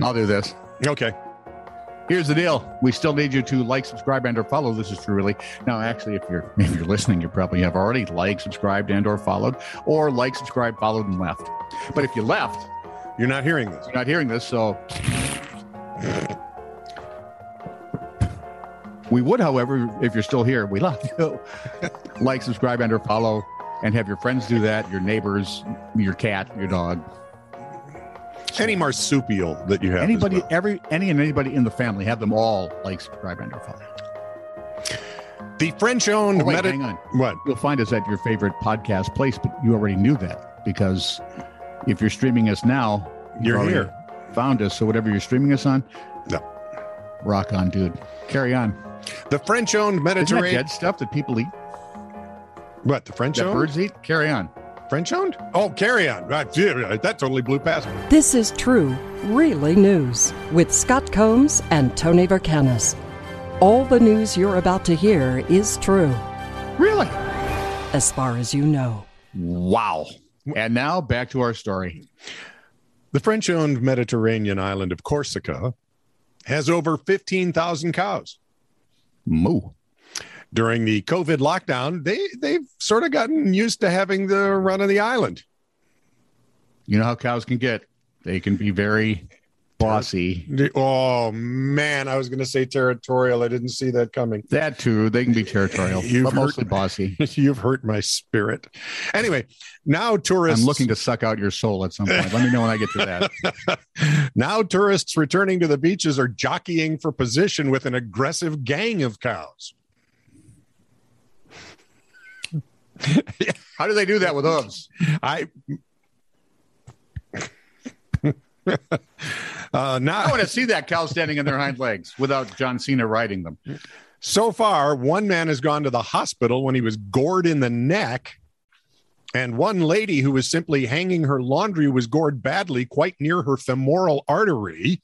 I'll do this. Okay. Here's the deal. We still need you to like, subscribe, and or follow. This is true, really. Now, actually, if you're if you're listening, you probably have already liked, subscribed, and or followed, or like, subscribe, followed, and left. But if you left, You're not hearing this. you're not hearing this, so we would, however, if you're still here, we love you. like, subscribe, and or follow, and have your friends do that, your neighbors, your cat, your dog, Any marsupial that you have. as anybody, well. every any and anybody in the family, have them all like, subscribe, and or follow. The French owned Oh, wait, meta. hang on. What? You'll find us at your favorite podcast place, but you already knew that because if you're streaming us now, you've You're already here. Found us. So whatever you're streaming us on, No. rock on, dude. Carry on. The French owned Isn't that Mediterranean. dead stuff that people eat, What? The French that owned? birds eat? Carry on. French owned? Oh, carry on. Right, yeah, That totally blew past me. This is true, really news with Scott Combs and Tony Vercanis. All the news you're about to hear is true, Really? as far as you know. Wow. And now back to our story. The French owned Mediterranean island of Corsica has over 15,000 cows. Moo. During the COVID lockdown, they, they've sort of gotten used to having the run of the island. You know how cows can get? They can be very bossy. The- Oh, man. I was going to say territorial. I didn't see that coming. That too. They can be territorial, You've but heard- mostly bossy. You've hurt my spirit. Anyway, now tourists. I'm looking to suck out your soul at some point. Let me know when I get to that. now tourists returning to the beaches are jockeying for position with an aggressive gang of cows. How do they do that with hooves? I uh, I now want to see that cow standing on their hind legs without John Cena riding them. so far, one man has gone to the hospital when he was gored in the neck, and one lady who was simply hanging her laundry was gored badly, quite near her femoral artery.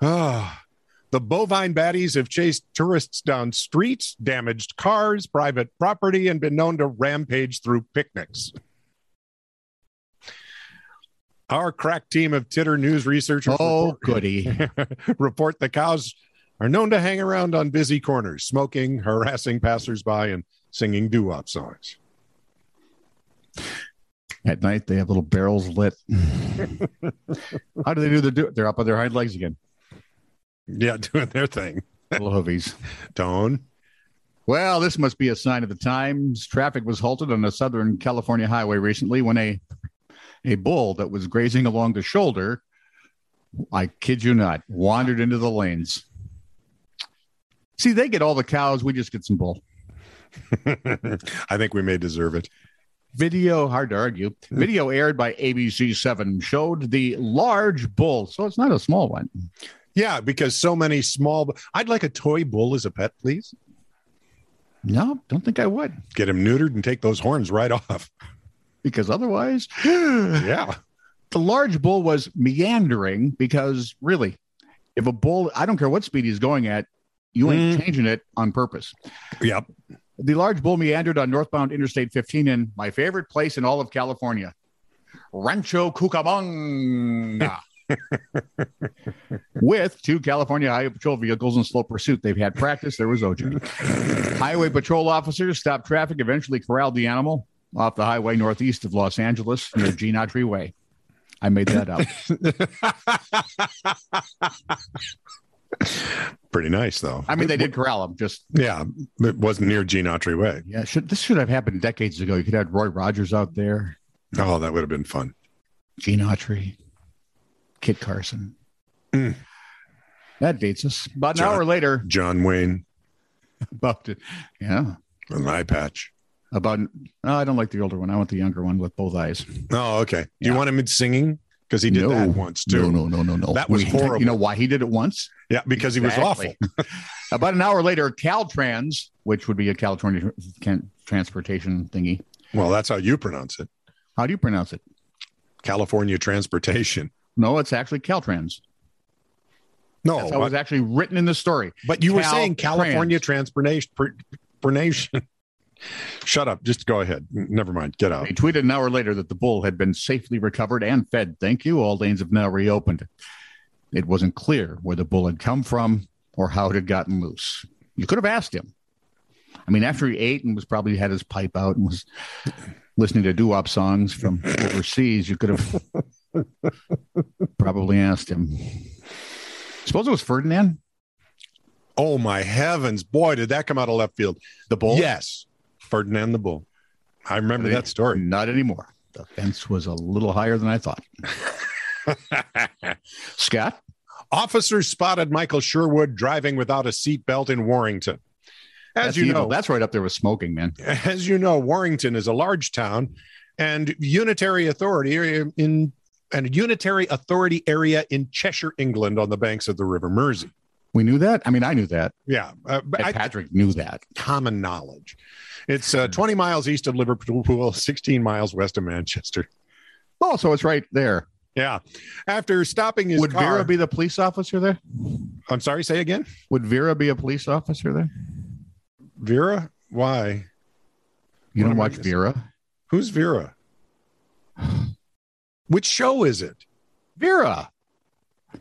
Ah. The bovine baddies have chased tourists down streets, damaged cars, private property, and been known to rampage through picnics. Our crack team of Titter News researchers. Oh, report- goody. report the cows are known to hang around on busy corners, smoking, harassing passersby, and singing doo wop songs. At night, they have little barrels lit. How do they do the do? They're up on their hind legs again, Yeah, doing their thing. little hoovies. Tone. Well, this must be a sign of the times. Traffic was halted on a Southern California highway recently when a a bull that was grazing along the shoulder, I kid you not, wandered into the lanes. See, they get all the cows. We just get some bull. I think we may deserve it. video hard to argue video aired by abc7 showed the large bull so it's not a small one Yeah, because so many small. I'd like a toy bull as a pet, please. no don't think i would Get him neutered and take those horns right off. because otherwise the Yeah. large bull was meandering because really if a bull i don't care what speed he's going at you ain't changing it on purpose Yep. the large bull meandered on northbound interstate 15 in my favorite place in all of california rancho cucamonga with two california highway patrol vehicles in slow pursuit they've had practice there was oj highway patrol officers stopped traffic eventually corralled the animal off the highway northeast of los angeles near genotry way i made that up Pretty nice, though. i mean they did corral him just Yeah. It wasn't near Gene Autry Way. yeah should, this should have happened decades ago you could have roy rogers out there Oh, that would have been fun. Gene Autry, Kit Carson. Mm. That dates us. About an John- hour later, John Wayne, about yeah, an eye patch. about. Oh, I don't like the older one. I want the younger one with both eyes. Oh, okay. Do you Yeah. want him in singing? Because he did No. that once too. no, no, no, no. That was We- horrible. You know why he did it once? Yeah, because he was awful. Exactly. about an hour later, Caltrans, which would be a California can, transportation thingy. Well, that's how you pronounce it. How do you pronounce it? California transportation. No, it's actually Caltrans. No, That's how it but, was actually written in the story. but you were Cal saying California transportation. Shut up. Just go ahead. N- Never mind. Get out. He tweeted an hour later that the bull had been safely recovered and fed. Thank you. All lanes have now reopened. It wasn't clear where the bull had come from or how it had gotten loose. You could have asked him. I mean, after he ate and was probably had his pipe out and was listening to doo wop songs from overseas, you could have probably asked him. Suppose it was Ferdinand, Oh my heavens, boy, did that come out of left field? the bull. Yes, Ferdinand the Bull. I remember that story. Not anymore. The fence was a little higher than I thought. Scott, Officers spotted Michael Sherwood driving without a seatbelt in Warrington. As that's you evil. know, that's right up there with smoking, man. as you know, Warrington is a large town, and Unitary Authority are in and a Unitary Authority area in Cheshire, England, on the banks of the River Mersey. We knew that. I mean, I knew that. Yeah, uh, but And I, Patrick knew that. common knowledge. It's Hmm. uh, 20 miles east of Liverpool, 16 miles west of Manchester. Oh, so it's right there. Yeah. After stopping his Would car, Vera be the police officer there? I'm sorry, say again. Would Vera be a police officer there? Vera? Why? You What don't am I watch missing? Vera. Who's Vera? Which show is it? Vera.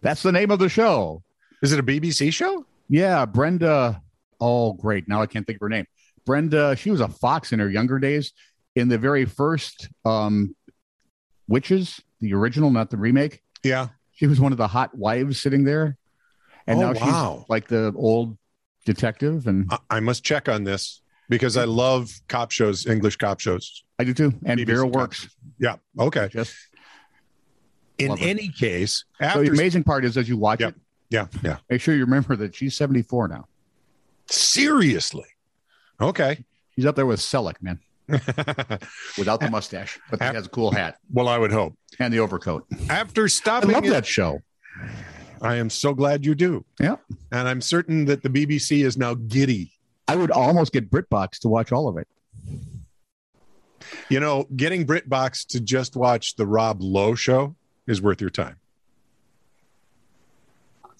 That's the name of the show. Is it a BBC show? Yeah, Brenda. Oh, great. Now I can't think of her name. Brenda, she was a fox in her younger days in the very first um Witches, the original, not the remake. Yeah. She was one of the hot wives sitting there. And Oh, now wow. she's like the old detective and I, I must check on this because I love cop shows, English cop shows. I do too. And BBC Vera cop. works. Yeah. Okay. Just In Love it. any case, so the after. amazing part is as you watch Yep. it, yeah. Yeah. make sure you remember that she's 74 now. Seriously. Okay. She's up there with Selleck, man, without the mustache, but he has a cool hat well, I would hope. and the overcoat. After I stopping love his- that show. I am so glad you do. Yeah. And I'm certain that the BBC is now giddy. I would almost get BritBox to watch all of it. You know, getting BritBox to just watch the Rob Lowe show is worth your time.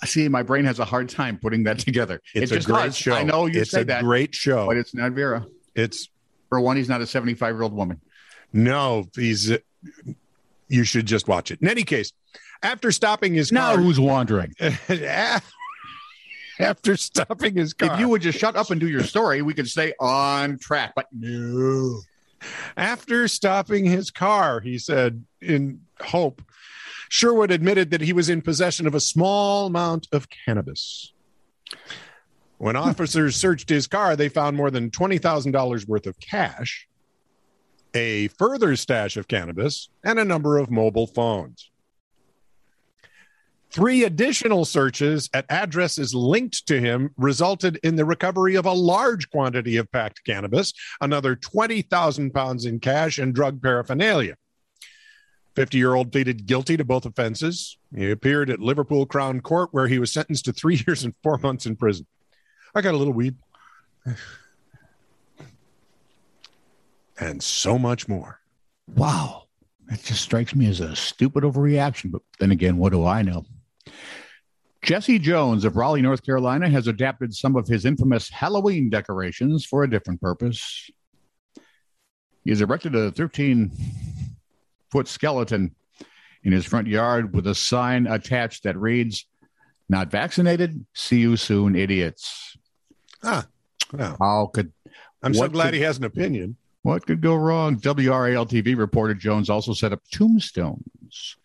See, my brain has a hard time putting that together. It's It a just great does. show. I know you it's say a that, great show. but it's not Vera. it's For one, he's not a 75 year old woman. no, he's. You should just watch it. In any case, after stopping his Now car, who's wandering? after stopping his car, If you would just shut up and do your story, we could stay on track. But no. After stopping his car, he said in hope, Sherwood admitted that he was in possession of a small amount of cannabis. Hmm. When officers searched his car, they found more than $20,000 worth of cash, a further stash of cannabis, and a number of mobile phones. Three additional searches at addresses linked to him resulted in the recovery of a large quantity of packed cannabis, another 20,000 pounds in cash and drug paraphernalia. 50 year old pleaded guilty to both offenses. He appeared at Liverpool Crown Court, where he was sentenced to three years and four months in prison. I got a little weed. And so much more. Wow. That just strikes me as a stupid overreaction. But then again, what do I know? Jesse Jones of Raleigh, North Carolina, has adapted some of his infamous Halloween decorations for a different purpose. He has erected a 13 foot skeleton in his front yard with a sign attached that reads, Not vaccinated? See you soon, idiots. Wow. How could I'm so What glad could- he has an opinion. What could go wrong? WRAL TV reporter Jones also set up tombstones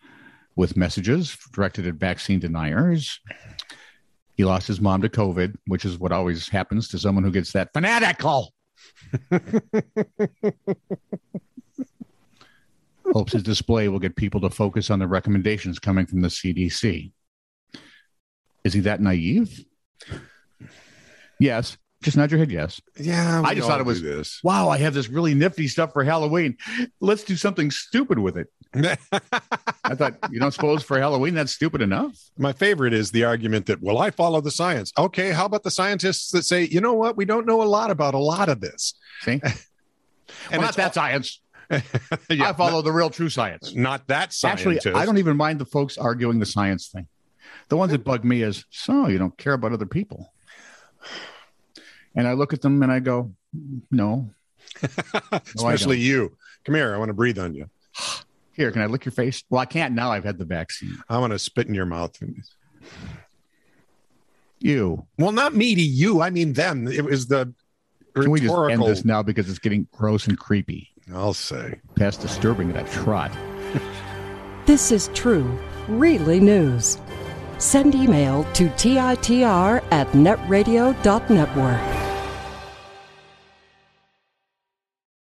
with messages directed at vaccine deniers. He lost his mom to COVID, which is what always happens to someone who gets that fanatical. Hopes his display will get people to focus on the recommendations coming from the CDC. Is he that naive? Yes. Just nod your head, yes Yeah. I we just all thought it do was- this. wow, I have this really nifty stuff for Halloween. Let's do something stupid with it. I thought, you don't suppose for Halloween that's stupid enough? My favorite is the argument that, well, I follow the science. Okay, how about the scientists that say, you know what, we don't know a lot about a lot of this? See? well, And not it's that science. I follow the real true science. not that scientist. Actually, I don't even mind the folks arguing the science thing. The ones that bug me is, so you don't care about other people. And I look at them and I go, no, Especially you. Come here. I want to breathe on you. Here, can I lick your face? Well, I can't now. I've had the vaccine. I want to spit in your mouth. You. Well, not me to you. I mean them. It was the Can we just end rhetorical. this now because it's getting gross and creepy? I'll say. Past disturbing that trot. This is true, really news. Send email to TITR at netradio.network.